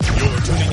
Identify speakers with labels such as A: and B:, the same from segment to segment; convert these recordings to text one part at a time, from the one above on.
A: tuning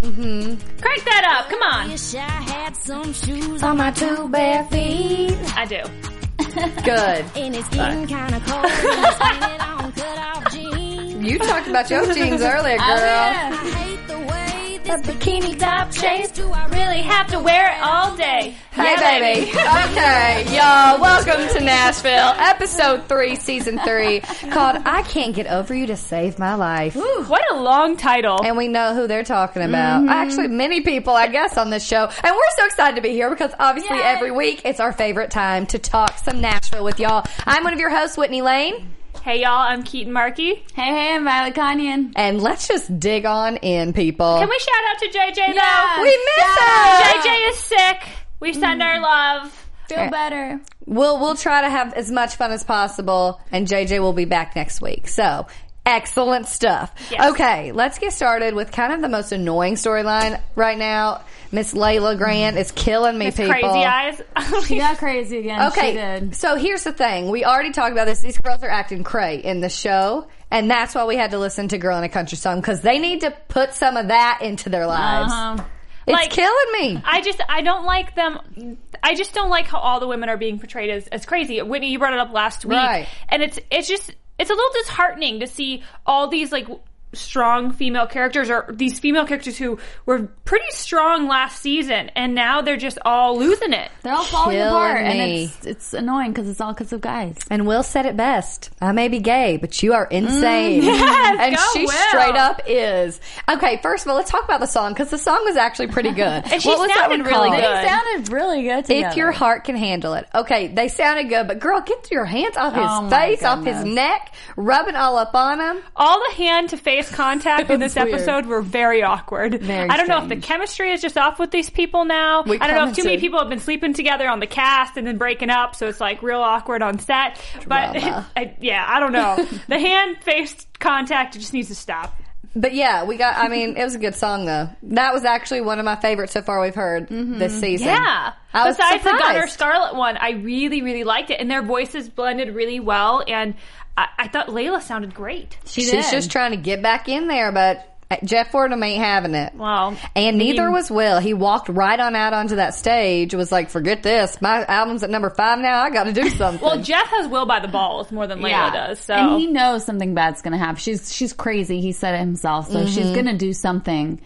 B: Mm-hmm. Crank that up. Come on.
C: Wish I had some shoes
D: on my two bare feet.
B: I do.
D: Good.
C: and it's getting kind of cold. and it's standing on cut-off jeans. Oh,
D: You talked about your jeans earlier, girl.
C: I hate the way this
D: Bikini top
C: best do I
B: Really have to wear it all day.
D: Hey, baby. okay, y'all. Welcome to Nashville, episode three, season three, called "I Can't Get Over You to Save My Life."
B: Ooh, what a long title.
D: And we know who they're talking about. Actually, many people, I guess, on this show. And we're so excited to be here because obviously
B: Yay.
D: every week it's our favorite time to talk some Nashville with y'all. I'm one of your hosts, Whitney Lane.
B: hey, y'all. I'm Keaton Markey.
E: Hey, hey, I'm Violet Kanyan.
D: And let's just dig on in, people.
B: Can we shout out to JJ
E: Yeah.
B: now?
D: We miss her.
B: JJ is sick. We send our
D: Mm-hmm.
B: love.
E: Feel better.
D: We'll we'll try to have as much fun as possible, and JJ will be back next week. So. Excellent stuff.
B: Yes.
D: Okay, let's get started with kind of the most annoying storyline right now. Miss Layla Grant is killing me, people.
B: Crazy eyes.
E: She got crazy again. She
D: Okay,
E: did.
D: so here's the thing. We already talked about this. These girls are acting cray in the show, and that's why we had to listen to "Girl in a Country Song" because they need to put some of that into their lives.
E: Um,
B: Uh-huh.
D: It's
B: Like-
D: killing me.
B: I just I don't like them. I just don't like how all the women are being portrayed as, as crazy. Whitney, you brought it up last week,
D: Right.
B: and it's it's just it's a little disheartening to see all these like strong female characters or these female characters who were pretty strong last season, and now they're just all losing it.
E: they're all falling
D: Killing
E: apart, and
D: me.
E: it's it's annoying because it's all because of guys.
D: And Will said it best. I may be gay, but you are insane. and
B: go,
D: she
B: Will.
D: straight up is. Okay, first of all, let's talk about the song because the song was actually pretty good. and
B: she sounded really
E: They
B: good.
E: sounded really good together.
D: If your heart can handle it. Okay, they sounded good, but girl, get your hands off his
E: Oh my
D: face, off his
E: goodness.
D: neck, rubbing all up on him.
B: All the hand to face contact in this
D: That's weird.
B: episode were very awkward.
D: Very
B: I don't know if the
D: strange.
B: chemistry is just off with these people now.
D: We
B: I don't know if too many
D: commented.
B: people have been sleeping together on the cast and then breaking up, so it's like real awkward on set. But
D: Drama.
B: I, yeah, I don't know. the hand face contact just needs to stop.
D: But yeah, we got, I mean, it was a good song though. That was actually one of my favorites so far we've heard this season.
B: Yeah.
D: I was
B: Besides the Gunner
D: surprised.
B: Scarlet one, I really, really liked it, and their voices blended really well. And I, I thought Layla sounded great.
E: she
D: She's
E: did.
D: just trying to get back in there, but Jeff Fordham ain't having it.
B: Well,
D: And neither
B: mean-
D: was Will. He walked right on out onto that stage, was like, forget this. My album's at number five now. I got to do something.
B: Well, Jeff has Will by the balls more than Layla does. So
E: and he knows something bad's gonna happen. She's she's crazy. He said it himself, so she's gonna do something,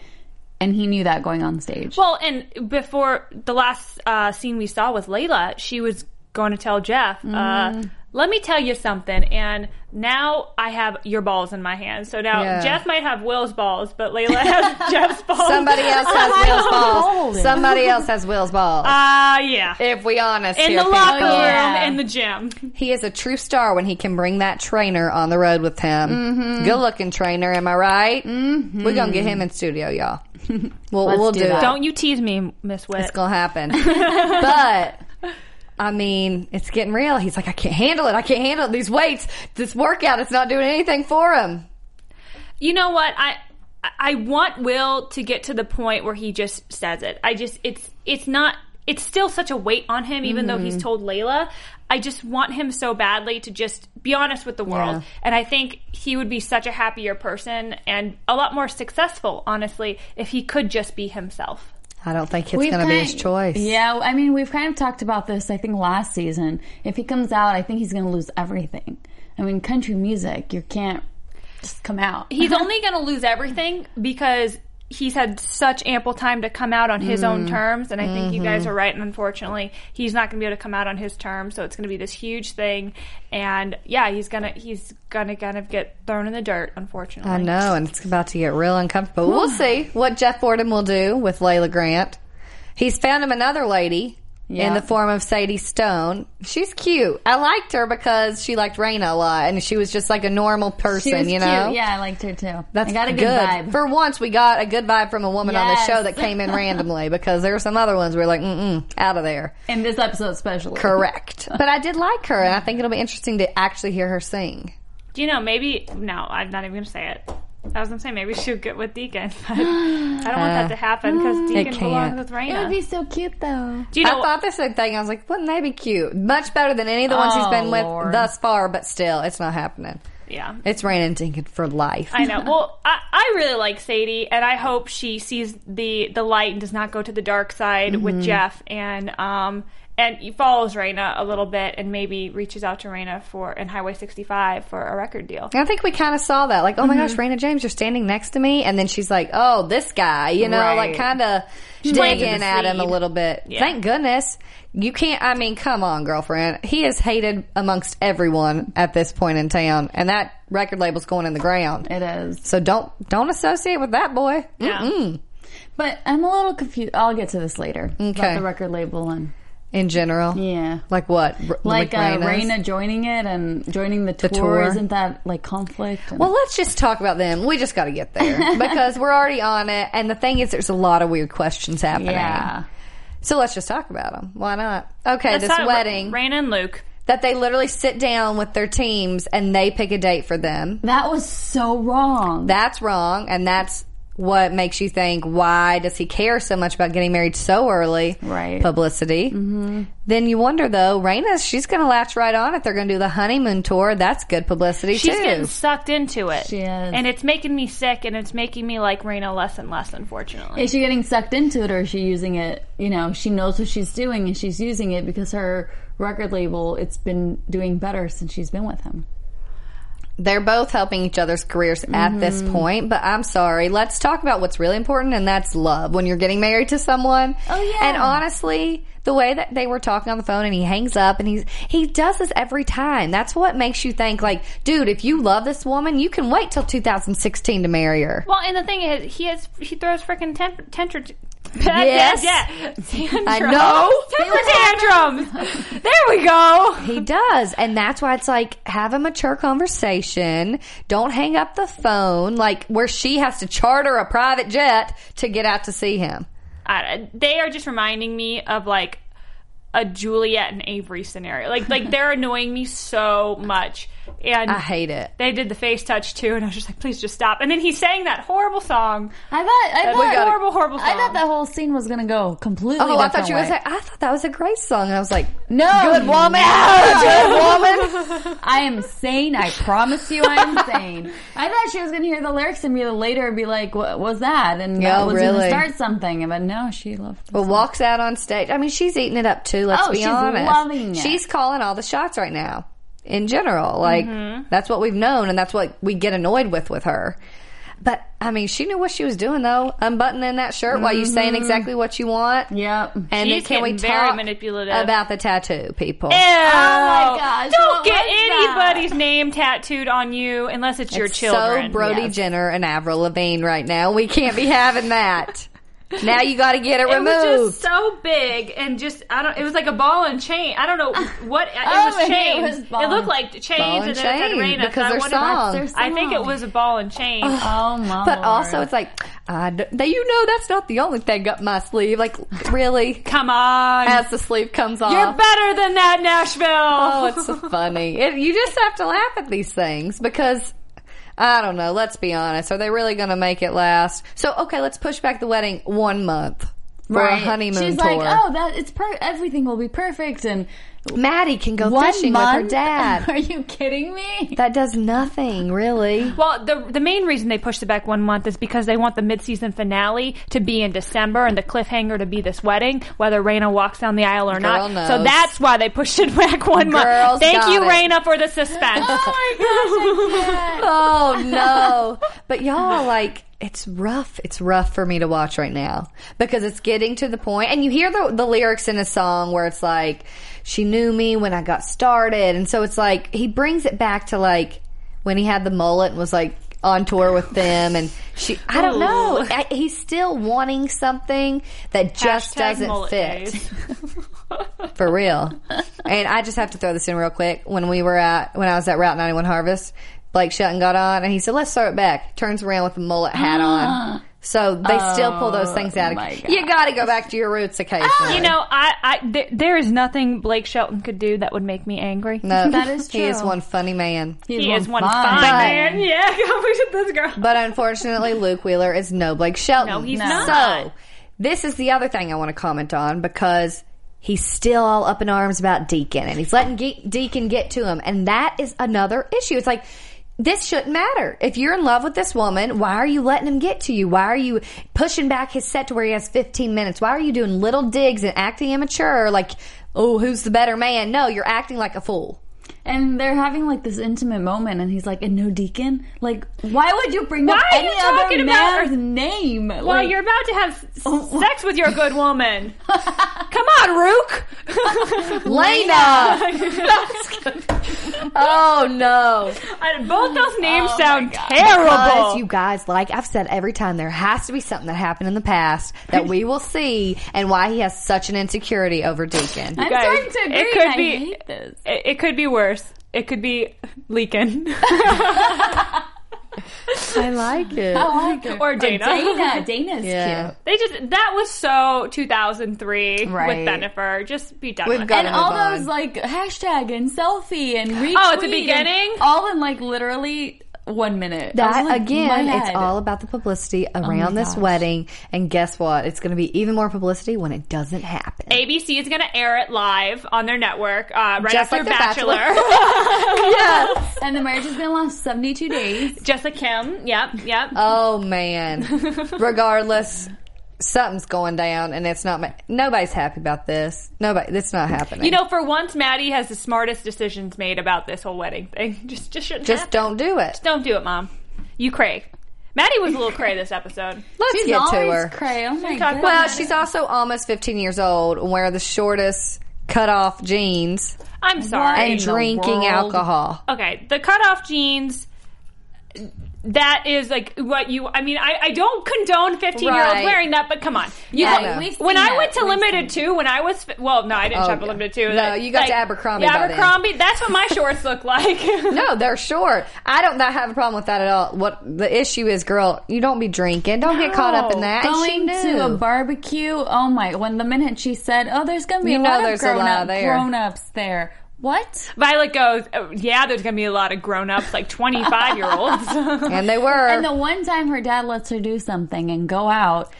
E: and he knew that going on stage.
B: Well, and before the last uh, scene we saw with Layla, she was going to tell Jeff, uh, "Let me tell you something." And now I have your balls in my hands. So now
D: Yeah.
B: Jeff might have Will's balls, but Layla has Jeff's balls.
D: Somebody else
E: I
D: has
E: don't
D: Will's balls.
E: know.
D: Somebody else has Will's balls.
B: Uh, yeah.
D: if we honest
B: in
D: here,
B: the locker
D: people.
B: room,
E: yeah.
B: in the gym.
D: he is a true star when he can bring that trainer on the road with him. Good looking trainer, am I right? Mm-hmm. We're gonna get him in studio, y'all. We'll,
E: Let's
D: we'll
E: do
D: do,
E: that.
D: it.
B: Don't you tease me, Miss Witt.
D: It's gonna happen. but I mean, it's getting real. He's like, I can't handle it. I can't handle it. These weights, this workout, it's not doing anything for him.
B: you know what i i want will to get to the point where he just says it i just it's it's not it's still such a weight on him even though he's told layla i just want him so badly to just be honest with the world
D: Yeah.
B: and i think he would be such a happier person and a lot more successful honestly if he could just be himself
D: I don't think it's
E: We've
D: gonna be
E: kind-
D: his choice.
E: Yeah, I mean, we've kind of talked about this. I think last season, if he comes out, I think he's going to lose everything. I mean, country music, you can't just come out.
B: he's only going to lose everything because he's had such ample time to come out on his own terms, and I think you guys are right. And unfortunately, he's not going to be able to come out on his terms, so it's going to be this huge thing. And yeah, he's gonna he's gonna kind of get thrown in the dirt, unfortunately.
D: I know, and it's about to get real uncomfortable. we'll see what Jeff Fordham will do with Layla Grant. He's found him another lady in
E: Yeah.
D: the form of Sadie Stone. She's cute. I liked her because she liked Raina a lot, and she was just like a normal person,
E: She was
D: you
E: cute.
D: know.
E: Yeah, I liked her too.
D: That's
E: I got a good, vibe.
D: For once, we got a good vibe from a woman on the
E: Yes.
D: show that came in randomly because there were some other ones we were like, mm mm, out of there.
E: in this episode especially.
D: Correct. but I did like her, and I think it'll be interesting to actually hear her sing.
B: Do you know maybe no? I'm not even going to say it. I was going to say maybe she'll get with Deacon, but I don't want that to happen because Deacon
D: can't.
B: belongs with
E: It would
B: Raina.
E: be so cute though.
B: Do you know?
D: I thought the same thing. I was like, wouldn't they be cute? Much better than any of the ones he's
E: Oh,
D: been with
E: Lord.
D: thus far, but still, it's not happening.
B: yeah.
D: It's Rain and Dinkin for life.
B: I know. Well, I, I really like Sadie, and I hope she sees the the light and does not go to the dark side
D: Mm-hmm.
B: with Jeff, and um and he follows Raina a little bit, and maybe reaches out to Raina for in Highway 65 for a record deal.
D: I think we kind of saw that. Like, oh my gosh,
E: Mm-hmm.
D: Raina James, you're standing next to me. And then she's like, oh, this guy, you know,
E: Right.
D: like kind of
B: planted
D: digging
B: the
D: at him a
B: seed.
D: little bit.
B: Yeah.
D: Thank goodness. You can't, I mean, come on, girlfriend. He is hated amongst everyone at this point in town. And that record label's going in the ground.
E: It is.
D: So don't, don't associate with that boy.
B: Yeah.
E: But I'm a little confused. I'll get to this later.
D: Okay.
E: About the record label and
D: In general.
E: yeah.
D: Like what? R-
E: Like, uh,
D: Raina's?
E: Raina joining it and joining the tour,
D: tour.
E: isn't that like conflict? And-
D: Well, let's just talk about them. We just got to get there because we're already on it. And the thing is, there's a lot of weird questions happening.
E: yeah,
D: So let's just talk about them. Why not? Okay,
B: That's
D: this
B: not-
D: wedding
B: Raina and Luke.
D: that they literally sit down with their teams and they pick a date for them.
E: that was so wrong.
D: That's wrong. And that's what makes you think, why does he care so much about getting married so early?
E: Right.
D: Publicity.
B: Mm-hmm.
D: Then you wonder, though, Raina, she's going to latch right on if they're going to do the honeymoon tour. That's good publicity,
B: She's
D: too.
B: getting sucked into it.
E: She is.
B: And it's making me sick, and it's making me like Raina less and less, unfortunately.
E: is she getting sucked into it or is she using it? You know, she knows what she's doing and she's using it because her record label it's been doing better since she's been with him.
D: They're both helping each other's careers at this
E: Mm-hmm.
D: point, but I'm sorry. Let's talk about what's really important, and that's love when you're getting married to someone.
E: Oh, yeah.
D: And honestly, the way that they were talking on the phone and he hangs up and he's, he does this every time. That's what makes you think, like, dude, if you love this woman, you can wait till 2016 to marry her.
B: Well, and the thing is, he has he throws freaking temp- tantrums.
D: Yes.
B: yeah, tantrums.
D: I know.
B: Temper tantrums. There we go.
D: He does. And that's why it's like, have a mature conversation. Don't hang up the phone, like, where she has to charter a private jet to get out to see him.
B: I, they are just reminding me of like a Juliet and Avery scenario. Like like they're annoying me so much, and
D: I hate it.
B: They did the face touch too, and I was just like, please just stop. And then he sang that horrible song.
E: I thought I
B: We
E: thought
B: got- horrible, horrible
E: I
B: song.
E: thought that whole scene was gonna go completely.
D: Oh, I thought you were
E: going
D: gonna say. I thought that was a great song, and I was like,
E: no.
D: "Good woman, good woman."
E: I am sane. I promise you, I am sane. I thought she was going to hear the lyrics and be later be like, "What was that?" And
D: Yeah,
E: that was going
D: really.
E: to start something. But no, she loved.
D: But walks out on stage. I mean, she's eating it up too. Let's
E: Oh,
D: be
E: she's
D: honest.
E: loving it.
D: She's calling all the shots right now. In general, like that's what we've known, and that's what we get annoyed with with her. But I mean, she knew what she was doing though, unbuttoning that shirt while you're saying exactly what you want.
E: Yep.
D: And
B: She's
D: can we
B: getting very
D: talk
B: manipulative.
D: about Oh the tattoo people?
B: Ew.
E: my gosh,
B: Don't
E: what
B: get
E: was that?
B: anybody's name tattooed on you unless it's, your
D: It's
B: children.
D: So Brody
E: yes.
D: Jenner and Avril Lavigne right now. We can't be having that. now you got to get it,
B: It
D: removed.
B: was just so big and just I don't. It was like a ball and chain. I don't know what it
E: Oh,
B: was.
E: it
B: Chains.
E: was
B: It,
E: ball-
B: looked like chains,
D: Ball
B: and
D: and
B: then it
D: chain,
B: said Raina.
D: because
B: and I
D: their
B: wondered-
D: song.
E: Their song.
B: I think it was a ball and chain.
E: Oh my.
D: But
E: Lord.
D: also, it's like, I d- they- you know, that's not the only thing up my sleeve. Like, really?
B: Come on,
D: As the sleeve comes off.
B: you're better than that, Nashville.
D: oh, it's so funny. It, you just have to laugh at these things because. I don't know. Let's be honest. Are they really going to make it last? So, okay, let's push back the wedding one month for a
E: Right.
D: honeymoon
E: She's
D: tour.
E: like, "Oh, that it's per- everything will be perfect." And
D: Maddie can go
E: one
D: fishing
E: month.
D: with her dad.
E: Are you kidding me?
D: That does nothing, really.
B: Well, the the main reason they pushed it back one month is because they want the midseason finale to be in December and the cliffhanger to be this wedding, whether Raina walks down the aisle or
D: Girl
B: not.
D: knows.
B: So that's why they pushed it back one
D: Girls
B: month. Thank
D: got
B: you,
D: it.
B: Raina, for the suspense.
E: Oh my gosh! I can't.
D: Oh no. But y'all, like, it's rough. It's rough for me to watch right now because it's getting to the point, and you hear the, the lyrics in a song where it's like, "She knew me when I got started," and so it's like he brings it back to like when he had the mullet and was like on tour with them, and she. I don't know. I, he's still wanting something that just
B: Hashtag
D: doesn't
B: mullet
D: fit.
B: days.
D: For real. and I just have to throw this in real quick. When we were at, when I was at Route 91 Harvest, Blake Shelton got on and he said, let's throw it back. Turns around with a mullet hat
B: Ah.
D: on. So they still pull those things out.
E: my
D: Of, you gotta go back to your roots occasionally.
B: Oh Ah, You know, I, I th- there is nothing Blake Shelton could do that would make me angry.
D: No,
E: That is
D: He is
E: true.
D: one funny man.
B: He is one fine, man. Yeah, we should this girl.
D: But unfortunately, Luke Wheeler is no Blake Shelton.
B: No, he's
E: No.
B: not.
D: So this is the other thing I want to comment on because he's still all up in arms about Deacon and he's letting Ge- Deacon get to him, and that is another issue. It's like. This shouldn't matter. If you're in love with this woman, why are you letting him get to you? Why are you pushing back his set to where he has 15 minutes? Why are you doing little digs and acting immature like, oh, who's the better man? No, you're acting like a fool.
E: And they're having like this intimate moment, and he's like, "And no deacon? Like, why would you bring
B: Why
E: up
B: are you
E: any other
B: talking about
E: man's name? Well,
B: Well, you're about to have s-
D: Oh,
B: sex with your good woman. Come on, Rook.
D: Lena! oh no.
B: And Both those names sound
D: Oh Because
B: terrible.
D: you guys, like I've said every time, there has to be something that happened in the past that we will see and why he has such an insecurity over Deacon.
E: I'm
B: guys,
E: starting to agree.
B: it could
E: I
B: be-
E: hate this.
B: it, it could be worse. It could be Leakin
D: I like it.
B: Oh,
E: I like it.
B: or Dana.
E: Dana, Dana's
D: Yeah.
E: cute.
B: They just that was so 2003
E: Right.
B: with Benifer. Just be done
D: We've
B: with
D: got
B: it.
E: And all
D: Move on.
E: those like hashtag and selfie and retweet.
B: Oh, at the
E: and
B: beginning?
E: all in like literally one minute. I
D: That
E: was like, my
D: again, it's
E: head. Oh
D: all about the publicity around this
E: gosh.
D: wedding, and guess what? It's going to be even more publicity when it doesn't happen.
B: ABC is going to air it live on their network uh, right
D: Just
B: after
D: like The Bachelor.
E: And the marriage is gonna last seventy two days.
B: Jessica Kim. Yep, yep.
D: Oh man! Regardless, something's going down, and it's not. Ma- Nobody's happy about this. Nobody. That's not happening.
B: you know, for once, Maddie has the smartest decisions made about this whole wedding thing. Just, just shouldn't
D: just
B: happen.
D: don't do it.
B: Don't do it, Mom. You cray. Maddie was a little cray this episode.
D: Let's
E: She's
D: get to
E: always
D: her.
E: cray. Oh my
B: talking
E: god.
D: Well, she's also almost 15 years old and wear the shortest cut off jeans
B: I'm sorry.
D: and
E: the
D: drinking
E: world?
D: alcohol.
B: Okay, the cutoff jeans. That is like what you. I mean, I, I don't condone fifteen year olds
D: Right.
B: wearing that, but come on. You
D: Yeah,
B: go-
D: I know.
E: We've
B: when
E: seen
B: I
E: that.
B: went to
E: We've
B: limited two, when I was fi- well, no, I didn't
D: Oh,
B: shop at
D: yeah.
B: limited two.
D: No, you got to Abercrombie
B: Yeah,
D: by then.
B: Abercrombie. That's what my shorts look like.
D: No, they're short. I don't not have a problem with that at all. What the issue is, girl, you don't be drinking. Don't get caught up in that. And she
E: going
D: knew.
E: to a barbecue. Oh my! When the minute she said, "Oh, there's gonna be
D: You
E: a
D: know
E: lot of
D: there's a lot
E: grown up
D: there.
E: grown ups there," what?
B: Violet goes, oh, yeah, there's gonna be a lot of grown ups, like twenty five year olds.
D: and they were.
E: And the one time her dad lets her do something and go out,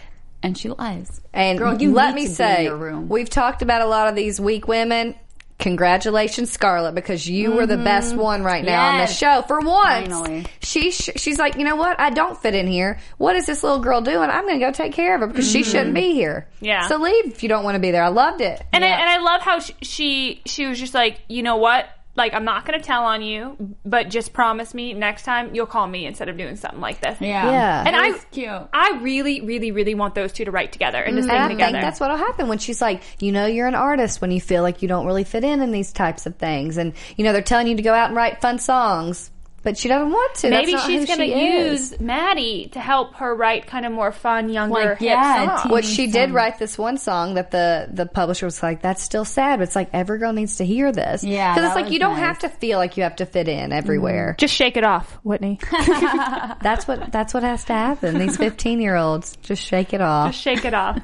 E: and she lies.
D: And
E: Girl, you
D: let
E: need
D: me
E: to be
D: say,
E: in your room.
D: we've talked about a lot of these weak women. Congratulations, Scarlett, because you were the best one right now on this
E: Mm-hmm. Yes.
D: show. For once,
E: Finally.
D: she sh- she's like, you know what? I don't fit in here. What is this little girl doing? I'm going to go take care of her because she shouldn't be
E: Mm-hmm.
D: here.
B: Yeah.
D: So leave if you don't want to be there. I loved it.
B: And I, and I love how she, she she was just like, you know what? Like I'm not gonna tell on you, but just promise me next time you'll call me instead of doing something like this.
E: Yeah,
D: Yeah.
B: And
E: It
B: I
E: was cute.
B: I really, really, really want those two to write together and to sing
D: And Mm, I
B: together.
D: think that's what'll happen when she's like, you know, you're an artist when you feel like you don't really fit in in these types of things, and you know they're telling you to go out and write fun songs, but she doesn't want to.
B: Maybe
D: That's not
B: she's
D: who
B: gonna
D: she is.
B: use Maddie to help her write kind of more fun, younger
E: Like,
B: hip
E: yeah,
B: songs.
E: teen-
D: Which she did
E: some-
D: write this one song that the the publisher was like, "That's still sad," but it's like every girl needs to hear this.
E: Yeah,
D: because it's
E: that
D: like
E: was
D: you don't
E: nice.
D: have to feel like you have to fit in everywhere.
B: Just shake it off, Whitney.
E: Mm-hmm.
D: That's what that's what has to happen. These fifteen year olds just shake it off.
B: shake it off.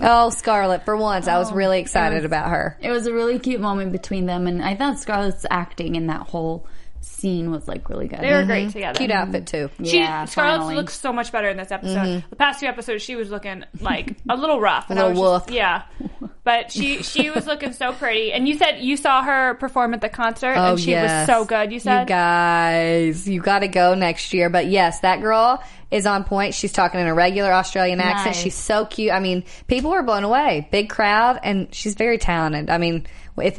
D: Oh, Scarlett! For once, I
E: Oh,
D: was really excited about her.
E: It was a really cute moment between them, and I thought Scarlett's acting in that whole scene was like really good.
B: They were great together.
D: Mm-hmm. Cute outfit too.
B: She
E: Yeah,
B: Scarlett
E: finally.
B: looks so much better in this episode. The past two episodes, she was looking like a little rough. And
D: Mm-hmm. A little
B: I was just- yeah, but she she was looking so pretty. And you said you saw her perform at the concert,
D: Oh,
B: and she
D: yes.
B: was so good. You said,
D: you guys, you got to go next year. But yes, that girl is on point. She's talking in a regular Australian accent.
E: Nice.
D: She's so cute. I mean, people were blown away. Big crowd, and she's very talented. I mean, if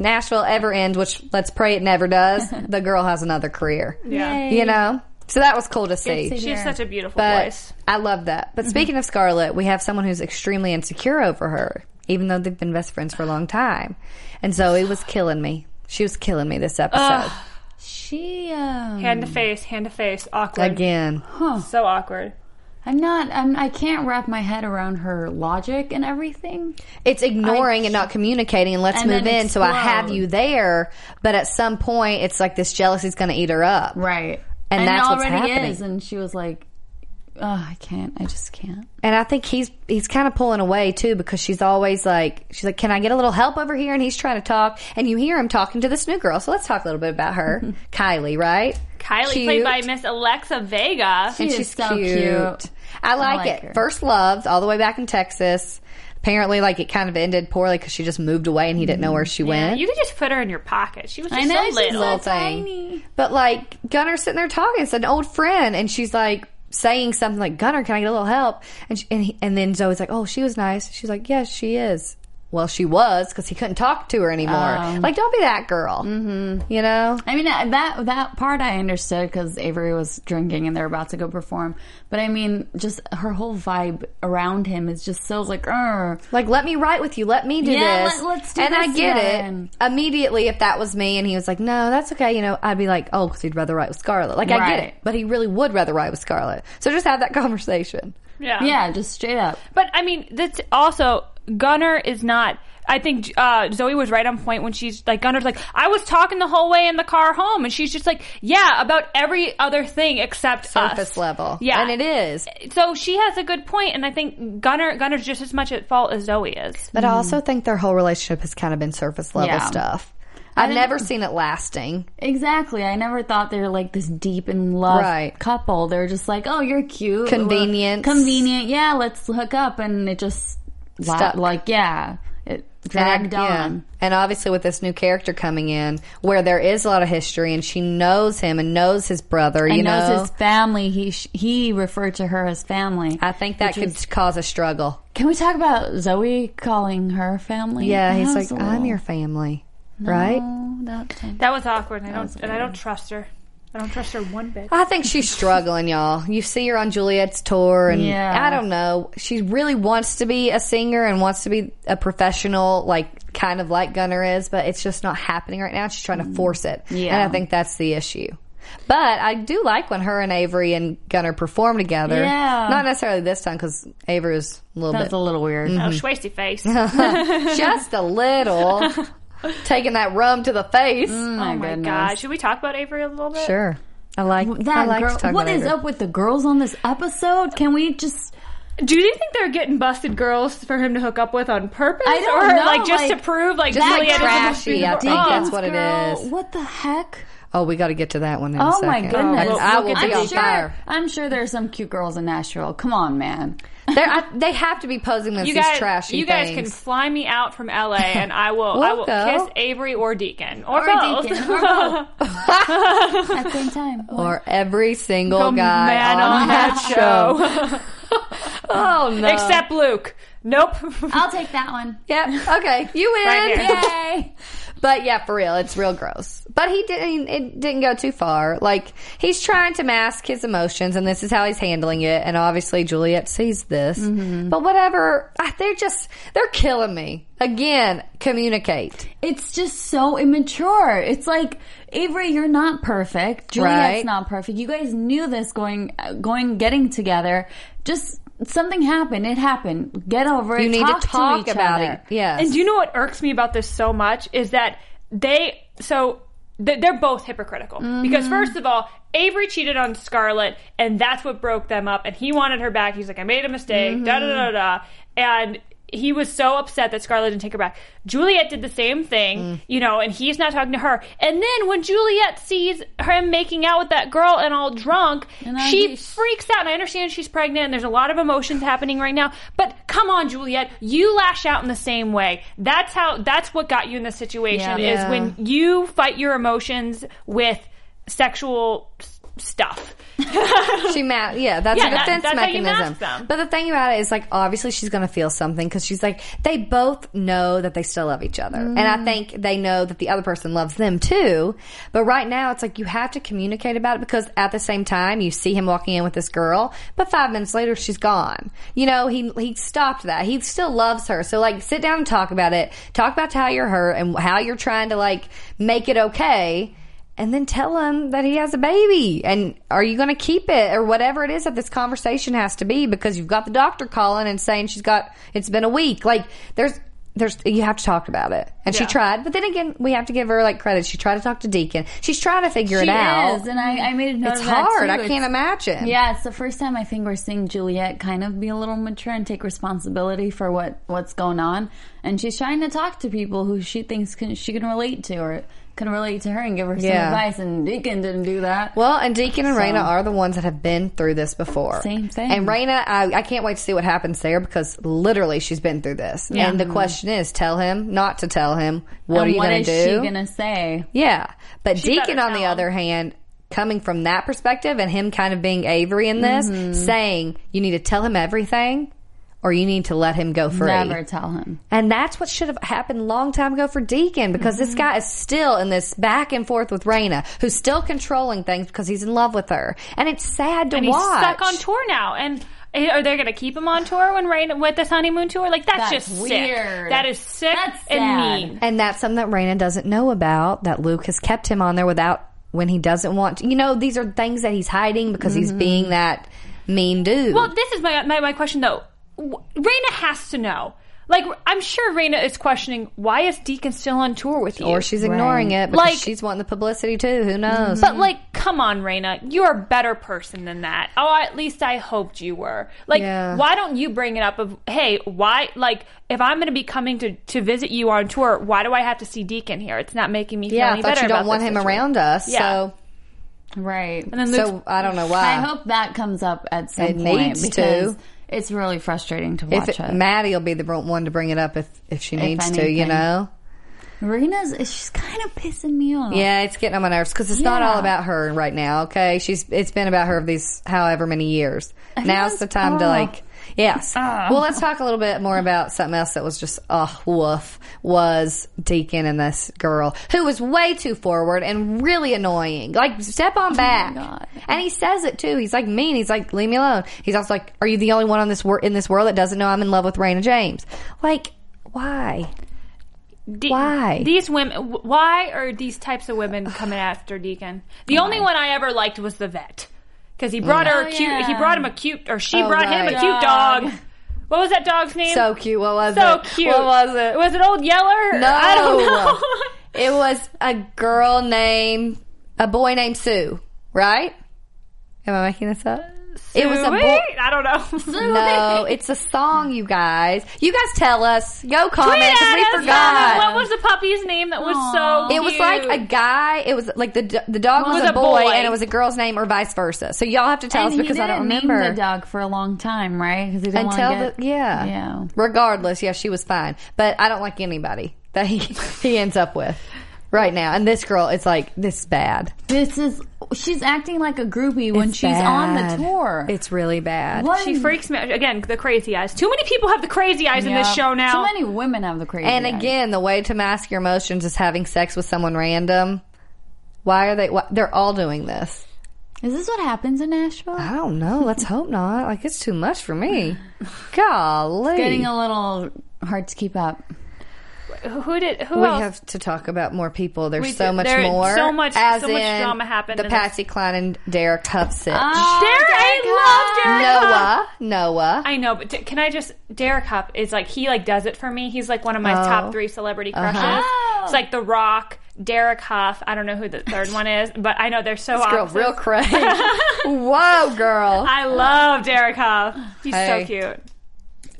D: Nashville ever ends, which let's pray it never does, the girl has another career.
B: yeah.
D: You know. So that was cool to see.
E: Good to
B: She has
E: hear.
B: such a beautiful
D: But
B: voice.
D: I love that.
B: Mm-hmm.
D: But speaking of Scarlett, we have someone who's extremely insecure over her, even though they've been best friends for a long time. And so it was killing me. She was killing me this episode
E: She, um,
B: Hand to face, hand to face, awkward.
D: again.
B: So awkward.
E: I'm not. I'm, I can't wrap my head around her logic and everything.
D: It's ignoring and not communicating and let's
E: And
D: move in.
E: then
D: So I have
E: explode.
D: you there, but at some point it's like this jealousy's going to eat her up.
E: Right.
D: And that's
E: it
D: what's
E: already
D: happening.
E: is. And she was like, "Oh, I can't. I just can't."
D: And I think he's he's kind of pulling away too because she's always like she's like, "Can I get a little help over here?" And he's trying to talk, and you hear him talking to this new girl. So let's talk a little bit about her, Kylie, right?
B: Kylie,
D: Cute.
B: played by Miss Alexa Vega.
E: She
D: and
E: is
D: she's
E: so
D: cute.
E: cute.
D: I like,
E: like
D: it.
E: her.
D: First loved all the way back in Texas. Apparently, like it kind of ended poorly because she just moved away and he didn't know where she went.
B: You could just put her in your pocket. She was just
E: know, she's
B: so little.
D: little thing. But like Gunner's sitting there talking, it's an old friend, and she's like saying something like, "Gunner, can I get a little help?" And she, and, he, and then Zoe's like, "Oh, she was nice." She's like, "Yes, she is." Well, she was because he couldn't talk to her anymore. like, don't be that girl. Mm-hmm. You know,
E: Um. I mean I- that that part I understood because Avery was drinking and they're about to go perform. But I mean, just her whole vibe around him is just so like, "Arr."
D: like let me write with you, let me do
E: Yeah,
D: this.
E: let- let's do
D: and I
E: this
D: get
E: then.
D: it immediately. If that was me, and he was like, "No, that's okay," you know, I'd be like, "Oh, because he'd rather write with Scarlett." Like I get
E: Right.
D: it, but he really would rather write with Scarlett. So just have that conversation.
B: Yeah.
E: yeah, just straight up.
B: But I mean, that's also Gunner is not. I think uh, Zoe was right on point when she's like, Gunner's like, I was talking the whole way in the car home, and she's just like, yeah, about every other thing except
D: Surface
B: us.
D: level,
B: Yeah,
D: and it is.
B: So she has a good point, and I think Gunner Gunner's just as much at fault as Zoe is.
D: But I also think their whole relationship has kind of been surface level
E: Yeah.
D: stuff. I've never seen it lasting.
E: Exactly. I never thought they were like this deep in love
D: Right.
E: couple. They're just like, oh, you're cute,
D: Convenience.
E: Well, convenient. Yeah, let's hook up, and it just la-
D: Stuck.
E: Like, yeah, it dragged
D: And I- yeah.
E: on.
D: And obviously with this new character coming in where there is a lot of history and she knows him and knows his brother, you
E: And knows
D: know.
E: his family. He sh- he referred to her as family.
D: I think that
E: Which
D: could cause a struggle.
E: Can we talk about Zoe calling her family?
D: Yeah,
E: That
D: he's
E: was
D: like,
E: a
D: I'm
E: little-
D: your family. Right?
E: Oh, that-
B: That was awkward. And I don't and I don't trust her. I don't trust her one bit.
D: I think she's struggling, y'all. You see her on Juliet's tour, and
E: Yeah.
D: I don't know. She really wants to be a singer and wants to be a professional, like kind of like Gunner is, but it's just not happening right now. She's trying to force it.
E: Yeah.
D: And I think that's the issue. But I do like when her and Avery and Gunner perform together.
E: Yeah.
D: Not necessarily this time because Avery was a little
E: That's a
D: bit,
E: little Mm-hmm. weird.
B: Oh, schwasty face.
D: just a little, taking that rum to the face.
E: my
B: oh my
E: goodness.
B: god. Should we talk about Avery a little bit?
D: Sure. I like, I
E: That
D: like to
E: girl.
D: talk
E: What
D: about
E: is
D: Avery.
E: up with the girls on this episode? Can we just?
B: Do you think they're getting busted girls for him to hook up with on purpose?
E: I don't
B: or
E: know,
B: like just to
E: like-
B: prove like
E: just like
B: Juliet is the most
D: trashy, I
B: beautiful-
D: think
B: Oh.
D: that's what it
E: Girl,
D: is.
E: What the heck?
D: Oh, we got to get to that one in a
E: Oh
D: second.
E: my goodness!
B: We'll-
D: I
B: we'll
D: will
B: get
D: be
B: to
D: on
E: I'm
B: that.
E: sure.
D: fire.
E: I'm sure there's some cute girls in Nashville. Come on, man.
D: They're, I, they have to be posing as
B: You
D: these
B: guys,
D: trashy
B: you guys can
D: things.
B: fly me out from LA, and I will. I will
D: We'll go.
B: kiss Avery or Deacon or,
E: Or
B: both.
E: Deacon, or both. At the same time.
D: or every single
B: Go
D: guy
B: mad
D: on, that show. oh no!
B: Except Luke. Nope.
E: I'll take that one.
D: yep. Okay, you win.
B: Right there.
E: Yay!
D: But yeah, for real, it's real gross. But he didn't. It didn't go too far. Like he's trying to mask his emotions, and this is how he's handling it. And obviously, Juliet sees this.
B: Mm-hmm.
D: But whatever. I- They're just they're killing me again. Communicate.
E: It's just so immature. It's like Avery, you're not perfect. Juliet's
D: Right.
E: not perfect. You guys knew this going, uh, going, getting together. Just something happened. It happened. Get over it.
D: You need
E: talk
D: to talk
E: each
D: about
E: other.
D: it. Yes.
B: And do you know what irks me about this so much is that they so th- they're both hypocritical because first of all, Avery cheated on Scarlett, and that's what broke them up. And he wanted her back. He's like, I made a mistake. Da da da da. And he was so upset that Scarlett didn't take her back. Juliet did the same thing, you know, and he's not talking to her. And then when Juliet sees him making out with that girl and all drunk,
E: I
B: she
E: just-
B: freaks out. And I understand she's pregnant and there's a lot of emotions happening right now. But come on, Juliet, you lash out in the same way. That's how that's what got you in this situation
E: Yeah.
B: is when you fight your emotions with sexual s- stuff.
D: She ma- yeah, that's
B: Yeah,
D: a
B: that-
D: defense
B: that's how you
D: mechanism.
B: mask them.
D: But the thing about it is, like, obviously she's going to feel something because she's like, they both know that they still love each other, and
B: Mm.
D: I think they know that the other person loves them too. But right now, it's like you have to communicate about it because at the same time, you see him walking in with this girl, but five minutes later, she's gone. You know, he he stopped that. He still loves her, so like, sit down and talk about it. Talk about how you're hurt and how you're trying to like make it okay and then tell him that he has a baby and are you going to keep it or whatever it is that this conversation has to be because you've got the doctor calling and saying she's got it's been a week like there's there's you have to talk about it and she
B: Yeah.
D: tried but then again we have to give her like credit she tried to talk to deacon she's trying to figure
E: She
D: it out
E: is, and I, I made a note
D: it's
E: of that,
D: hard
E: too.
D: i can't
E: It's-
D: imagine
E: Yeah, it's the first time I think we're seeing Juliet kind of be a little mature and take responsibility for what what's going on, and she's trying to talk to people who she thinks can, she can relate to or can relate to her and give her some
D: Yeah.
E: advice. And Deacon didn't do that.
D: Well, and Deacon and
E: So-
D: Raina are the ones that have been through this before.
E: Same thing.
D: And Raina, I, I can't wait to see what happens there because literally she's been through this.
E: Yeah. Mm-hmm.
D: And the question is, tell him, not to tell him. What
E: And
D: are you
E: what
D: going
E: is
D: to do?
E: she gonna say?
D: yeah. But Deacon,
B: better
D: on the
B: tell him.
D: other hand, coming from that perspective and him kind of being Avery in this,
E: Mm-hmm.
D: saying you need to tell him everything. Or you need to let him go free.
E: Never tell him.
D: And that's what should have happened long time ago for Deacon because
B: Mm-hmm.
D: this guy is still in this back and forth with Raina, who's still controlling things because he's in love with her. And it's sad to
B: And he's
D: watch.
B: stuck on tour now. And eh, are they going to keep him on tour when Rain with this honeymoon tour? Like that's,
E: That's
B: just
E: weird.
B: sick. That is sick
E: That's sad.
B: and mean.
D: And that's something that Raina doesn't know about that Luke has kept him on there without when he doesn't want to. You know, these are things that he's hiding because he's being that mean dude.
B: Mm-hmm. Well, this is my my, my question though. W- Raina has to know. Like I'm sure Raina is questioning why is Deacon still on tour with you?
D: or she's ignoring
E: Right.
D: it because
B: Like- Mm-hmm.
D: she's wanting the publicity too. Who knows?
B: But like, come on, Raina, you're a better person than that. Oh, at least I hoped you were. Like,
D: Yeah.
B: why don't you bring it up? Of hey, why? Like, if I'm going to be coming to to visit you on tour, why do I have to see Deacon here? It's not making me feel
D: yeah, I
B: any
D: thought
B: better.
D: you don't
B: about
D: want
B: this
D: him
B: situation.
D: around us.
B: Yeah.
E: Right.
B: And then
D: So,
B: Luke's-
D: so I don't know why.
E: I hope that comes up at some
D: It
E: point
D: needs
E: because
D: to.
E: it's really frustrating to
D: if
E: watch
D: it,
E: it.
D: Maddie will be the one to bring it up if if she needs to, you
E: anything.
D: know.
E: Marina's she's kind of pissing me off.
D: Yeah, it's getting on my nerves because it's not
E: Yeah.
D: all about her right now. Okay, she's it's been about her these however many years. Now's the time to
E: oh.
D: like. Yes. Well, let's talk a little bit more about something else that was just oh woof was Deacon and this girl who was way too forward and really annoying. Like step on back,
E: God.
D: and he says it too. He's like mean. He's like leave me alone. He's also like, are you the only one on this wor- in this world that doesn't know I'm in love with Raina James? Like why?
B: De-
D: Why?
B: these women? wh- Why are these types of women coming after Deacon? The only one I ever liked was the vet because he brought her a
E: Oh,
B: cute. He
E: yeah.
B: brought him a cute, or she
D: Mm. Oh,
B: brought him
D: right.
B: a cute
E: Dog.
B: dog. What was that dog's name?
D: So cute. What was
B: So
D: it?
B: cute.
D: What was it?
B: Was it Old Yeller?
D: No.
B: I don't know.
D: It was a girl named a boy named Sue, right? Am I making this up? It was a boy.
B: Wait, I don't know.
D: No, it's a song, you guys. You guys tell us. Go
B: Tweet
D: comment 'cause
B: at us.
D: we forgot.
B: What was the puppy's name that was so?
D: it was
B: cute?
D: like a guy. It was like the d- the dog was, a, boy, and it was a girl's name, or vice versa. So y'all have to tell
E: And
D: us
E: he
D: because I don't
E: didn't name
D: remember.
E: the dog for a long time, right? Because he didn't want
D: Until
E: to get
D: the yeah,
E: yeah.
D: Regardless, yeah, she was fine, but I don't like anybody that he he ends up with right now. And this girl is like this is bad.
E: This is she's acting like a groupie when
D: It's
E: she's on
D: bad.
E: the tour.
D: It's really bad.
E: What
B: She
E: in-
B: freaks me out. Again, the crazy eyes. Too many people have the crazy eyes in this
E: Yeah.
B: show now.
E: Too many women have the crazy.
D: And
E: eyes.
D: again, the way to mask your emotions is having sex with someone random. Why are they? Why, they're all doing this.
E: is this what happens in Nashville?
D: I don't know. Let's hope not. Like it's too much for me. Golly,
E: Getting a little hard to keep up.
B: Who did? Who
D: we
B: else?
D: have to talk about more people. There's
B: We
D: so
B: do.
D: much
B: There-
D: more.
B: so much-
D: As
B: so much
D: in
B: drama happened
D: The
B: in this.
D: Patsy Cline and Derek Hupsitch.
B: Derek, I love Derek. Hupp.
D: Noah, Noah.
B: I know, but d- can I just? Derek Hupp is like he like does it for me. He's like one of my
D: Oh.
B: top three celebrity crushes.
E: Oh.
B: It's like The Rock, Derek Huff. I don't know who the third one is, but I know they're so
D: This girl,
B: opposite.
D: real crazy. Whoa, girl.
B: I love Derek Huff. He's
D: Hey.
B: so cute.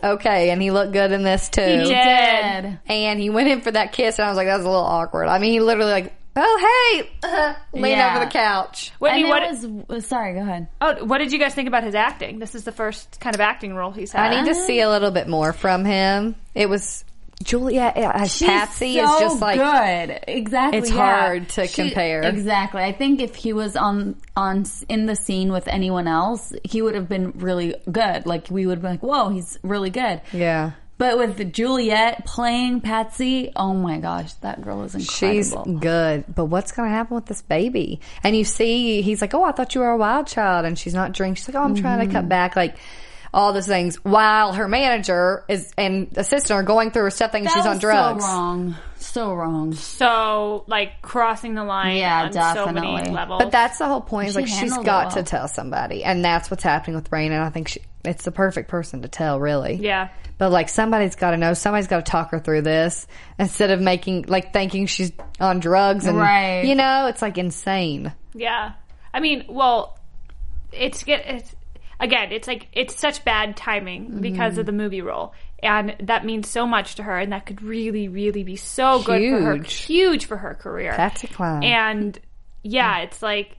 D: Okay, and he looked good in this too.
B: He did.
E: Dead.
D: and he went in for that kiss, and I was like, that was a little awkward. I mean, he literally like, oh hey, uh, lean
E: Yeah.
D: over the couch.
B: Whitney,
E: And
B: what?
E: it was sorry. Go ahead.
B: oh, what did you guys think about his
E: uh-huh.
B: acting? This is the first kind of acting role he's had.
D: I need to see a little bit more from him. It was Juliet as
E: She's
D: Patsy
E: so
D: is just like
E: good. Exactly.
D: It's
E: yeah.
D: hard to compare.
E: Exactly. I think if he was on on s- in the scene with anyone else, he would have been really good. Like we would be like, "Whoa, he's really good."
D: yeah.
E: But with Juliet playing Patsy, oh my gosh, that girl is incredible.
D: She's good, but what's going to happen with this baby? And you see, he's like, "Oh, I thought you were a wild child," and she's not drinking. She's like, "Oh, I'm trying
E: Mm-hmm.
D: to cut back." Like all those things, while her manager is and assistant are going through her stuff, thinking
E: That
D: she's
E: was
D: on drugs.
E: So wrong. So wrong.
B: So like crossing the line
E: Yeah,
B: on so many
E: definitely.
B: levels.
D: But that's the whole point. Is
E: She
D: like she's
E: handled it
D: got to
E: well.
D: tell somebody, and that's what's happening with Rain. And I think she, it's the perfect person to tell, really.
B: Yeah.
D: But like somebody's got to know. Somebody's got to talk her through this instead of making like thinking she's on drugs and
E: Right.
D: you know it's like insane.
B: Yeah. I mean, well, it's get it's again, it's like it's such bad timing
D: Mm-hmm.
B: because of the movie role. And that means so much to her and that could really really be so good for her.
D: Huge.
B: Huge for her career.
D: That's a clown.
B: And yeah, it's like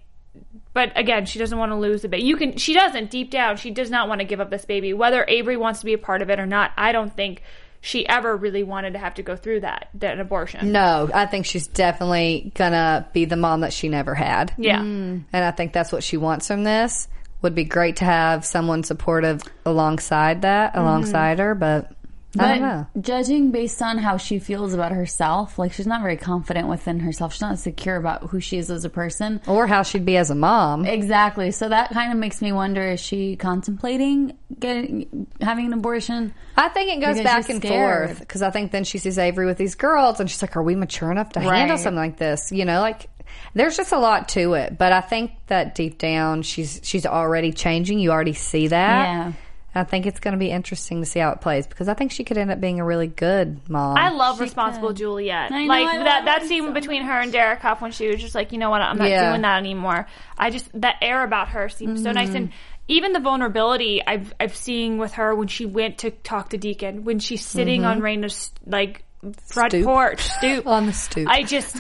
B: but again, she doesn't want to lose the baby. You can she doesn't deep down, she does not want to give up this baby whether Avery wants to be a part of it or not. I don't think she ever really wanted to have to go through that that abortion.
D: No, I think she's definitely gonna be the mom that she never had.
B: Yeah.
D: And I think that's what she wants from this. Would be great to have someone supportive alongside that, alongside her, but, I don't know.
E: Mm-hmm. But judging based on how she feels about herself, like she's not very confident within herself. She's not secure about who she is as a person.
D: Or how she'd be as a mom.
E: Exactly. So that kind of makes me wonder: Is she contemplating getting having an abortion?
D: I think it goes
E: Because
D: back
E: she's
D: and
E: scared.
D: forth because I think then she sees Avery with these girls and she's like, "Are we mature enough to handle
E: Right.
D: something like this?" You know, like there's just a lot to it. But I think that deep down, she's she's already changing. You already see that.
E: Yeah.
D: I think it's going to be interesting to see how it plays because I think she could end up being a really good mom.
B: I love responsible Juliet.
E: I know,
B: like
E: I love
B: that that
E: her
B: scene
E: so
B: between her and Derek Hoff when she was just like, you know what, I'm not
D: Yeah.
B: doing that anymore. I just that air about her seems so nice and
E: Mm-hmm.
B: even the vulnerability I've I've seen with her when she went to talk to Deacon, when she's sitting on
E: Mm-hmm.
B: Raina's like front
D: Stoop.
B: porch stoop
D: On the stoop.
B: I just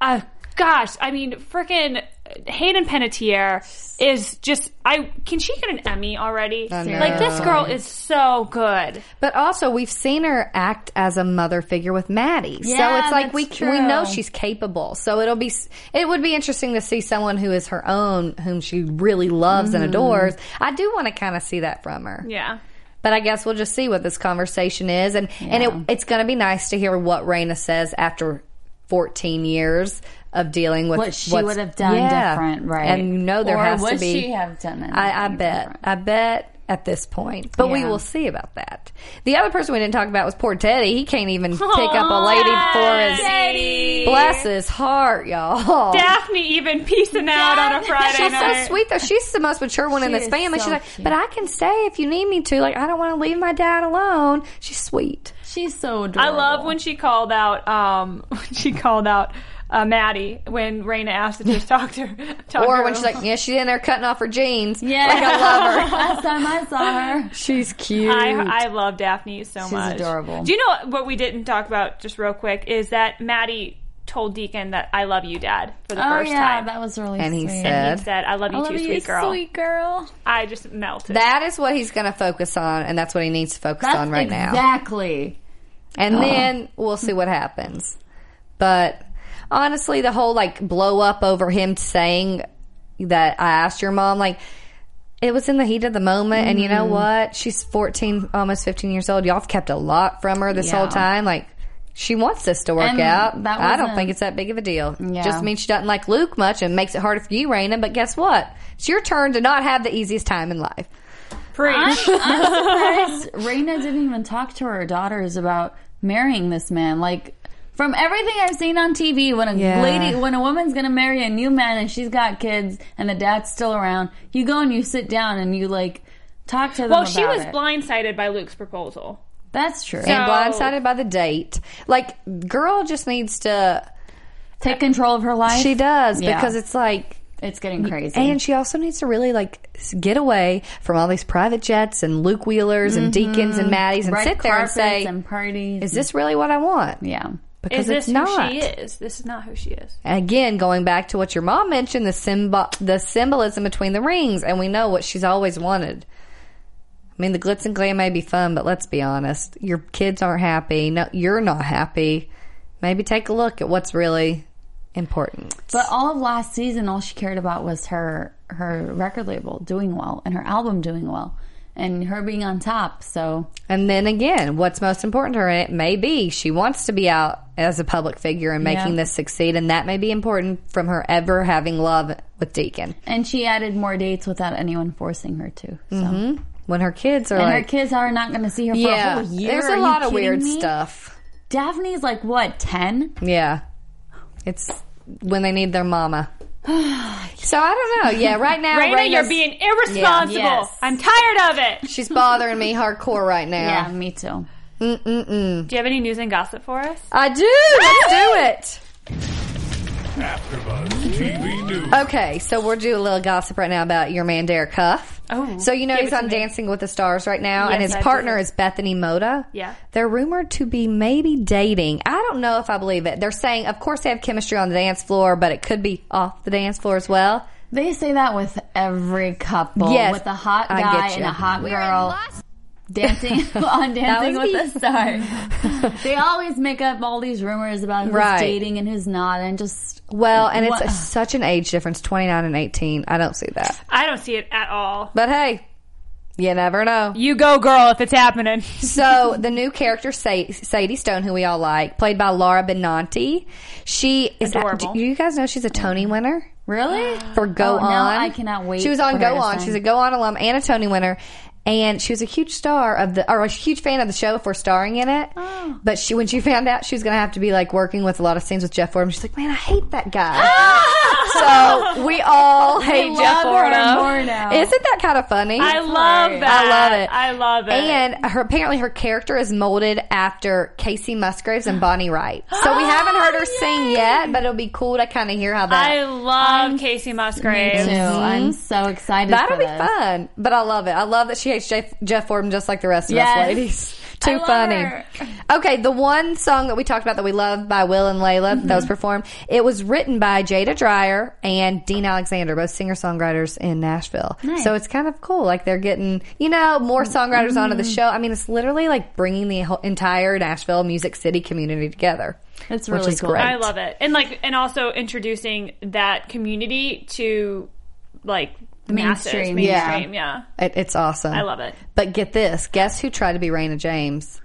B: uh, gosh, I mean freaking Hayden Panettiere is just I can she get an Emmy already?
D: know.
B: Like this girl is so good.
D: but also, we've seen her act as a mother figure with Maddie, so
E: Yeah,
D: it's like
E: that's
D: we we
E: true.
D: know she's capable. So it'll be s- it would be interesting to see someone who is her own, whom she really loves
E: Mm.
D: and adores. I do want to kind of see that from her.
B: Yeah.
D: But I guess we'll just see what this conversation is, and and it, it's going to be nice to hear what Raina says after 14 years of dealing with
E: What she
D: what's-
E: would have done
D: Yeah.
E: different, right?
D: And you know there
E: or
D: has
E: would
D: to be.
E: she have done it?
D: I, I bet. I bet at this point, but we
E: Yeah.
D: will see about that. The other person we didn't talk about was poor Teddy. He can't even pick up a lady for his bless his heart, y'all.
B: Daphne even piecing out on a Friday
D: She's
B: night.
D: so sweet though. She's the most mature one in
E: She
D: this
E: is
D: family.
E: so
D: She's like,
E: cute.
D: but I can stay if you need me to. Like, I don't want to leave my dad alone. She's sweet.
E: She's so
B: I
E: adorable.
B: love when she called out. Um, when she called out uh, Maddie when Raina asked if just talk to her. Talk to
D: Or
B: her.
D: when she's like, yeah, she's in there cutting off her jeans.
E: Yeah,
D: Like, I love her.
E: Last time I saw her,
D: She's cute.
B: I, I love Daphne so much.
E: adorable.
B: Do you know what we didn't talk about just real quick is that Maddie told Deacon that I love you, Dad, for the
E: oh
B: first
E: yeah,
B: time.
E: that was really
D: And he
E: sweet.
D: said-
B: he said, "I love you
E: I
B: too,
E: love you,
B: sweet girl."
E: sweet girl.
B: I just melted.
D: that is what he's going to focus on, and that's what he needs to focus
E: That's
D: on right now.
E: exactly.
D: And
E: Oh.
D: then we'll see what happens. But honestly, the whole like blow up over him saying that I asked your mom, like, it was in the heat of the moment. And you know
E: Mm.
D: what? She's 14, almost 15 years old. Y'all have kept a lot from her this
E: Yeah.
D: whole time. Like, she wants this to work
E: And
D: out.
E: that
D: I don't
E: wasn't-
D: think it's that big of a deal.
E: Yeah.
D: Just means she doesn't like Luke much and makes it harder for you, Raina. But guess what? It's your turn to not have the easiest time in life.
B: Preach.
E: Raina didn't even talk to her daughters about marrying this man. Like from everything I've seen on TV, when a
D: Yeah.
E: lady, when a woman's gonna marry a new man and she's got kids and the dad's still around, you go and you sit down and you like talk to them.
B: well, she
E: about
B: was
E: it.
B: blindsided by Luke's proposal.
E: That's true.
D: And
B: So-
D: blindsided by the date. Like, girl just needs to.
E: Take control of her life.
D: She does
E: Yeah.
D: because it's like,
E: It's getting crazy.
D: and she also needs to really like s- get away from all these private jets and Luke Wheelers and Deacons and Maddies and
E: Mm-hmm. Red
D: sit there and
E: carpets
D: say,
E: and parties.
D: "Is this really what I want?"
E: yeah.
D: Because
B: Is this
D: it's not.
B: who she is? This is not who she is.
D: Again, going back to what your mom mentioned, the symbol, the symbolism between the rings, and we know what she's always wanted. I mean, the glitz and glam may be fun, but let's be honest. Your kids aren't happy. No, you're not happy. Maybe take a look at what's really important.
E: But all of last season, all she cared about was her her record label doing well and her album doing well, and her being on top. So
D: And then again, what's most important to her, and it may be she wants to be out as a public figure and making
E: Yeah.
D: this succeed, and that may be important from her ever having love with Deacon.
E: and she added more dates without anyone forcing her to. So.
D: When her kids are
E: And
D: Mm-hmm. like,
E: her kids are not going to see her for
D: yeah,
E: a whole year.
D: there's a
E: Are you
D: lot of
E: kidding
D: weird
E: me?
D: stuff.
E: Daphne's like what ten?
D: Yeah, it's when they need their mama. so I don't know. Yeah, right now,
B: Raina, you're
D: Raina's-
B: being irresponsible.
E: Yeah. Yes.
B: I'm tired of it.
D: she's bothering me hardcore right now.
E: Yeah, me too.
B: Do you have any news and gossip for us?
D: I do. Let's do
F: AfterBuzz TV News.
D: it. Okay, so we'll do a little gossip right now about your man Derek Huff.
B: Oh.
D: so you know
B: Give
D: he's
B: it to
D: on
B: me.
D: Dancing with the Stars right now, and
B: Yes,
D: his
B: I do.
D: partner is Bethany Moda.
B: Yeah.
D: they're rumored to be maybe dating. I don't know if I believe it. They're saying, of course, they have chemistry on the dance floor, but it could be off the dance floor as well.
E: They say that with every couple.
D: Yes,
E: with a hot
D: I
E: guy
D: get
E: and
D: you.
E: a hot
C: We're in
E: girl
C: Los
E: dancing on Dancing
D: was
E: with
D: me.
E: the Stars. they always make up all these rumors about who's
D: Right.
E: dating and who's not, and just
D: Well, and it's
E: What-
D: a, such an age difference 29 and 18. I don't see that.
B: I don't see it at all.
D: But hey, you never know.
B: You go, girl, if it's happening.
D: So the new character Sa- Sadie Stone, who we all like, played by Laura Benanti, she is.
B: Adorable.
D: Do you guys know she's a Tony winner?
E: really
D: for Go
E: Oh,
D: On.
E: now I cannot wait
D: She was on
E: for her
D: Go
E: to
D: On.
E: sing.
D: She's a Go On alum and a Tony winner. And she was a huge star of the, or a huge fan of the show for starring in it.
E: Oh.
D: But she, when she found out she was going to have to be like working with a lot of scenes with Jeff Fordham, she's like, man, I hate that guy. so we all hate Jeff
E: love her
D: Fordham.
E: more now.
D: Isn't that kind of funny?
B: I love that.
D: I love it.
B: I love it.
D: And her, apparently her character is molded after Casey Musgraves and Bonnie Wright. So we haven't heard her sing yet, but it'll be cool to kind of hear how that.
B: Oh, I love Casey Musgraves.
E: too. I'm so excited.
D: Mm-hmm. That'll
E: for
D: be
E: this.
D: fun. But I love it. I love that she hates Jeff, Jeff Fordham just like the rest of us
E: Yes.
D: ladies. Too
E: I love
D: funny.
E: her.
D: Okay, the one song that we talked about that we love by Will and Layla that
E: Mm-hmm.
D: was performed, it was written by Jada Dreyer and Dean Alexander, both singer songwriters in Nashville. So it's kind of cool. Like they're getting, you know, more songwriters onto the
E: Mm-hmm.
D: show. I mean, it's literally like bringing the whole, entire Nashville Music City community together.
E: It's
D: which
E: really
D: is
E: cool.
D: great.
B: I love it. And like and also introducing that community to like masses,
E: Mainstream,
B: mainstream, yeah.
D: It, it's awesome.
B: I love it.
D: But get this: guess who tried to be Raina James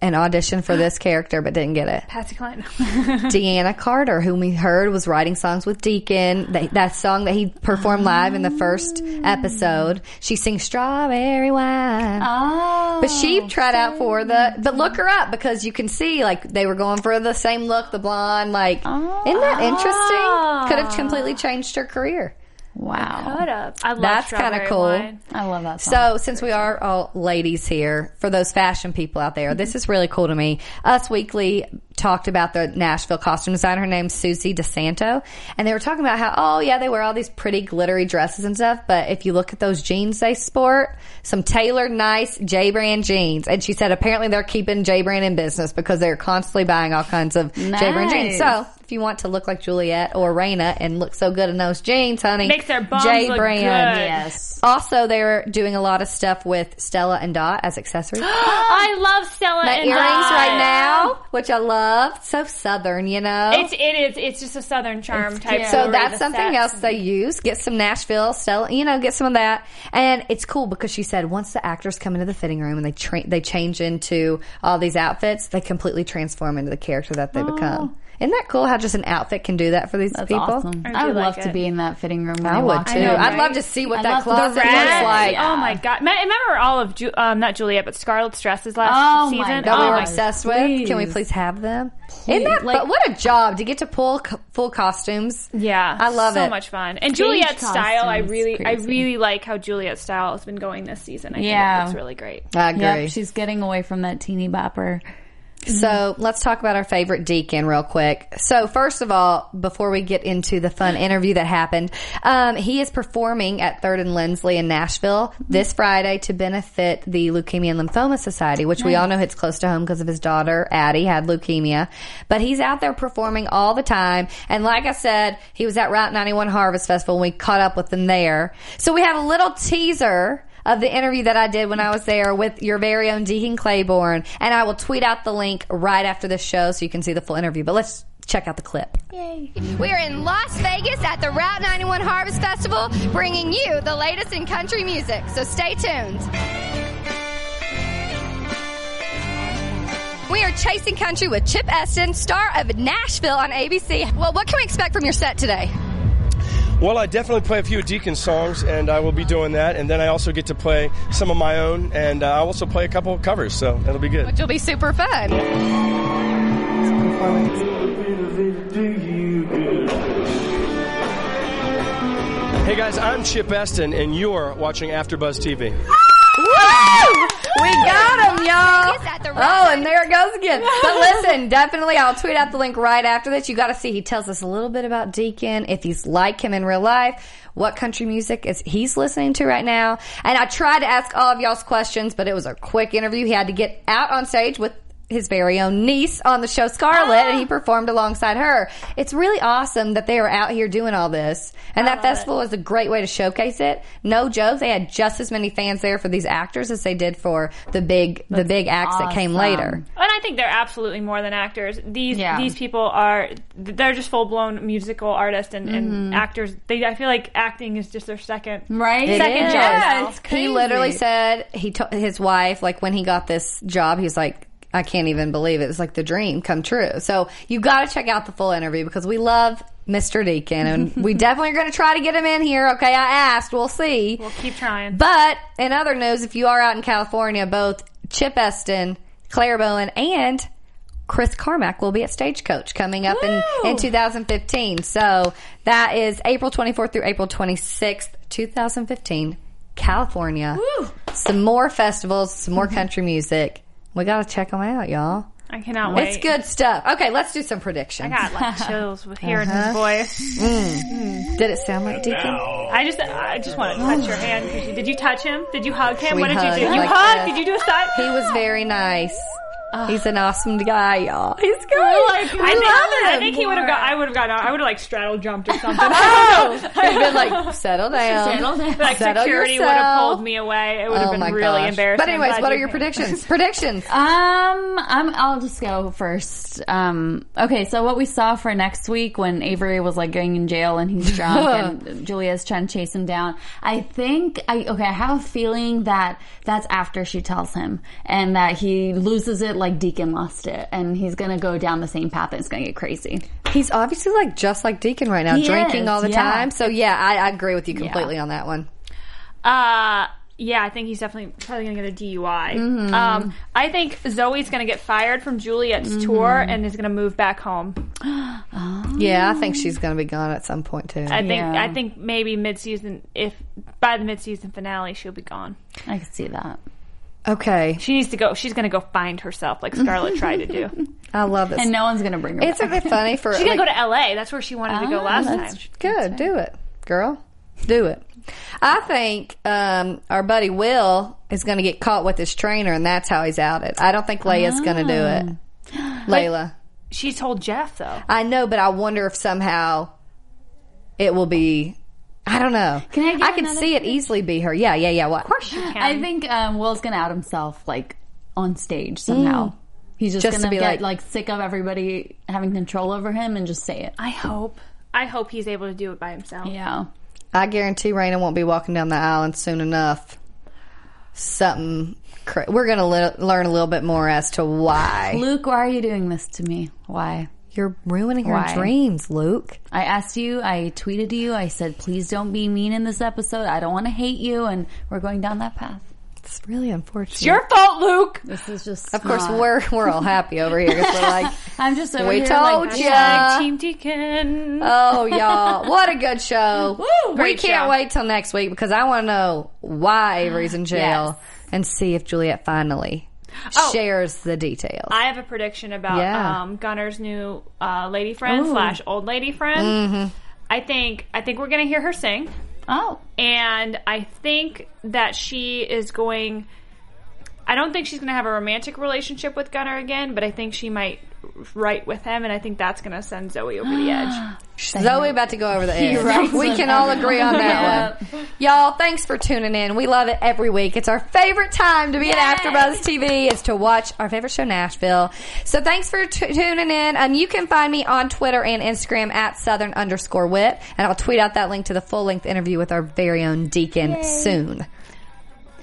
D: and auditioned for this character but didn't get it?
B: Patsy Cline.
D: Deanna Carter, whom we heard was writing songs with Deacon. They, that song that he performed live in the first episode. She sings "Strawberry Wine."
E: Oh,
D: But she tried out for the. But look her up because you can see like they were going for the same look, the blonde. Like, isn't that interesting? Could have completely changed her career.
E: wow.
B: What up? I love
D: That's kinda
B: strawberry
D: cool.
B: wine.
E: I love that. Song.
D: So, since we are all ladies here, for those fashion people out there, this is really cool to me. Us Weekly talked about the Nashville costume designer. Her name's Susie DeSanto. And they were talking about how, oh, yeah, they wear all these pretty glittery dresses and stuff. But if you look at those jeans they sport, some tailored, nice J brand jeans. And she said apparently they're keeping J brand in business because they're constantly buying all kinds of J brand jeans.
E: Nice.
D: So, if you want to look like Juliet or Raina and look so good in those jeans, honey,
B: Makes their bums
D: J
B: look
D: brand.
B: good.
E: yes,
D: Also, they're doing a lot of stuff with Stella and Dot as accessories.
B: Oh, I love Stella
D: My
B: and
D: earrings
B: Dot.
D: right now, which I love. So southern, you know.
B: It's it is it's just a southern charm type.
E: cute.
D: so
B: jewelry,
D: that's
B: the
D: something
B: sets.
D: else they use. Get some Nashville Stella, you know, get some of that. And it's cool because she said once the actors come into the fitting room and they tra- they change into all these outfits, they completely transform into the character that they become. Isn't that cool? How just an outfit can do that for these
E: that's
D: people.
E: awesome.
B: I
E: I, would
B: do
E: love
B: like
E: to
B: it.
E: be in that fitting room. When
D: I
E: they
D: would
E: walk
D: too.
E: in.
B: know,
D: I'd
B: right?
D: love to see what
E: I
D: that
E: love the
D: closet looks
E: red.
D: like. uh,
E: Yeah.
B: Oh my god! Ma- Remember all of Ju- um, not Juliet, but Scarlett's dresses last
E: Oh my
B: season.
D: that we
E: God.
D: were
E: my-
D: obsessed with. Can we
E: please.
D: please have them? Isn't that?
E: Like-
D: but what a job to get to pull co- full costumes.
B: Yeah,
D: I love
B: so
D: it.
B: much fun. And Juliet's style, I
E: costumes,
B: really, I
E: crazy.
B: really like how Juliet's style has been going this season. I
E: Yeah.
B: think it's really great.
D: I agree.
E: Yep, she's getting away from that teeny bopper.
D: so let's talk about our favorite deacon real quick. So first of all, before we get into the fun interview that happened, um, he is performing at Third and Lindsley in Nashville this Friday to benefit the Leukemia and Lymphoma Society, which we all know hits close to home because of his daughter Addie had leukemia. But he's out there performing all the time, and like I said, he was at Route 91 Harvest Festival. and We caught up with him there, so we have a little teaser of the interview that I did when I was there with your very own Deacon Claiborne. And I will tweet out the link right after this show so you can see the full interview. But let's check out the clip.
F: We're in Las Vegas at the Route 91 Harvest Festival, bringing you the latest in country music. So stay tuned. We are chasing country with Chip Esten, star of Nashville on ABC. Well, what can we expect from your set today?
G: Well, I definitely play a few Deacon songs, and I will be doing that. And then I also get to play some of my own, and uh, I also play a couple of covers, so that'll be good.
F: Which will be super fun.
G: Hey guys, I'm Chip Esten, and you're watching AfterBuzz TV.
D: Woo! We got him,
F: Vegas at the
D: y'all.
F: Rock
D: Oh, and there it goes again. But listen, definitely, I'll tweet out the link right after this. You got to see. He tells us a little bit about Deacon, if he's like him in real life, what country music is he's listening to right now. And I tried to ask all of y'all's questions, but it was a quick interview. He had to get out on stage with his very own niece on the show Scarlet, and he performed alongside her. It's really awesome that they are out here doing all this. And that festival is a great way to showcase it. No joke, they had just as many fans there for these actors as they did for the big the big acts that came
E: awesome.
D: later.
B: And I think they're absolutely more than actors. These
E: Yeah.
B: these people are they're just full blown musical artists and,
D: Mm-hmm.
B: and actors. They I feel like acting is just their second
E: Right?
D: It
B: Second
D: is.
B: job. Yeah, it's
D: He
E: crazy.
D: literally said he to- his wife like when he got this job, he was like, I can't even believe it. It's like the dream come true. So you got to check out the full interview because we love Mr. Deacon and we definitely are going to try to get him in here. Okay, I asked. We'll see.
B: We'll keep trying.
D: But in other news, if you are out in California, both Chip Eston, Claire Bowen, and Chris Carmack will be at Stagecoach coming up in, in 2015. So that is April 24th through April 26th, 2015, California. Some more festivals, some more country music. We got to check them out, y'all.
B: I cannot wait.
D: It's good stuff. Okay, let's do some predictions.
B: I got like chills with hearing
D: Uh-huh.
B: his voice.
D: Did it sound like Deacon?
B: I just I just want to touch your hand. 'cause you- Did you touch him? Did you hug him?
D: We
B: what did
D: hugged
B: you do? You
D: like
B: hugged?
D: this.
B: Did you do a side?
D: He was very nice. He's an awesome guy, y'all. He's good.
B: I, think, I think he would have got. I would have got. I would have like straddle jumped or something.
D: Oh, he'd been like, settle down. Settle down.
B: like security would have pulled me away. It would have
D: Oh my
B: been really
D: gosh. Uh,
B: embarrassing.
D: But anyways,
B: I'm
D: what
B: glad
D: are
B: you
D: your
B: came.
D: predictions? predictions.
E: Um, I'm, I'll just go first. Um, okay, so what we saw for next week when Avery was like going in jail and he's drunk and Julia's trying to chase him down. I think, I, okay, I have a feeling that that's after she tells him and that he loses it like Deacon lost it and he's gonna go down the same path and it's gonna get crazy.
D: He's obviously like just like Deacon right now,
E: He
D: drinking
E: is,
D: all the
E: yeah.
D: time. So yeah, I, I agree with you completely on that one.
B: Uh, yeah, I think he's definitely probably gonna get a DUI.
D: Mm-hmm.
B: Um, I think Zoe's gonna get fired from Juliet's
D: Mm-hmm.
B: tour and is gonna move back home.
D: Yeah, I think she's going to be gone at some point too.
B: I think
E: Yeah.
B: I think maybe mid season, if by the mid season finale, she'll be gone.
E: I could see that.
D: Okay,
B: She needs to go. She's gonna go find herself, like Scarlett tried to do.
D: I love it.
E: And no one's gonna bring her
D: it's a
E: back.
D: bit funny for
B: She's gonna
D: like,
B: go to L.A. That's where she wanted to go
E: Ah,
B: last
E: that's
B: time.
D: Good. Do it, girl. Do it. I think um, our buddy Will is going to get caught with his trainer, and that's how he's outed. I don't think Leia's going to do it. Layla.
B: She told Jeff though.
D: I know, but I wonder if somehow it will be. I don't know.
E: Can I get
D: can
E: another
D: see it easily be her. Yeah, yeah, yeah. What? Of course
E: I think um, Will's gonna out himself like on stage somehow. He's Mm. just,
D: Just to
E: gonna
D: be like-
E: get like, sick of everybody having control over him and just say it.
B: I hope. I hope he's able to do it by himself.
E: Yeah.
D: I guarantee Raina won't be walking down the aisle and soon enough. Something. Cra- We're going to le- learn a little bit more as to why
E: Luke, why are you doing this to me? Why?
D: you're ruining her
E: Why?
D: dreams, Luke.
E: I asked you, I tweeted you, I said, please don't be mean in this episode. I don't want to hate you, and we're going down that path.
D: It's really unfortunate.
B: Your fault, Luke.
E: This is just.
D: Of course, we're we're all happy over here 'cause we're like,
E: I'm just over
D: we
E: here,
D: told
E: like,
D: you.
B: Hashtag Team Deacon.
D: oh y'all, what a good show! we
B: great
D: can't
B: show.
D: wait till next week because I want to know why Avery's in jail and see if Juliet finally shares the details.
B: I have a prediction about
D: Yeah.
B: um, Gunner's new uh, lady friend slash old lady friend. I think I think we're gonna hear her sing,
E: Oh,
B: and I think that she is going. I don't think she's gonna have a romantic relationship with Gunner again, but I think she might right with him, and I think that's going to send Zoe over the edge.
D: Zoe about to go over the edge.
E: writes
D: We
E: it.
D: can all agree on that one. Y'all, thanks for tuning in. We love it every week. It's our favorite time to be at AfterBuzz TV is to watch our favorite show, Nashville. So thanks for t- tuning in. Um, you can find me on Twitter and Instagram at Southern underscore Wit, and I'll tweet out that link to the full length interview with our very own Deacon soon.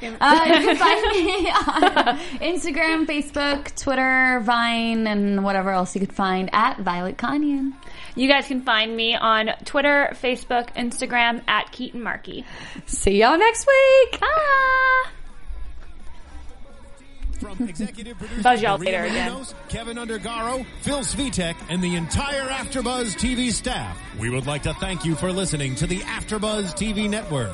E: Uh, you can find me on Instagram, Facebook, Twitter, Vine, and whatever else you could find at Violet Canyon.
B: You guys can find me on Twitter, Facebook, Instagram at Keaton Markey.
D: See y'all next week.
B: Bye.
A: From executive producer
B: Buzz y'all
A: Maria
B: later again.
A: Menounos, Kevin Undergaro, Phil Svitek, and the entire AfterBuzz TV staff. We would like to thank you for listening to the AfterBuzz TV network.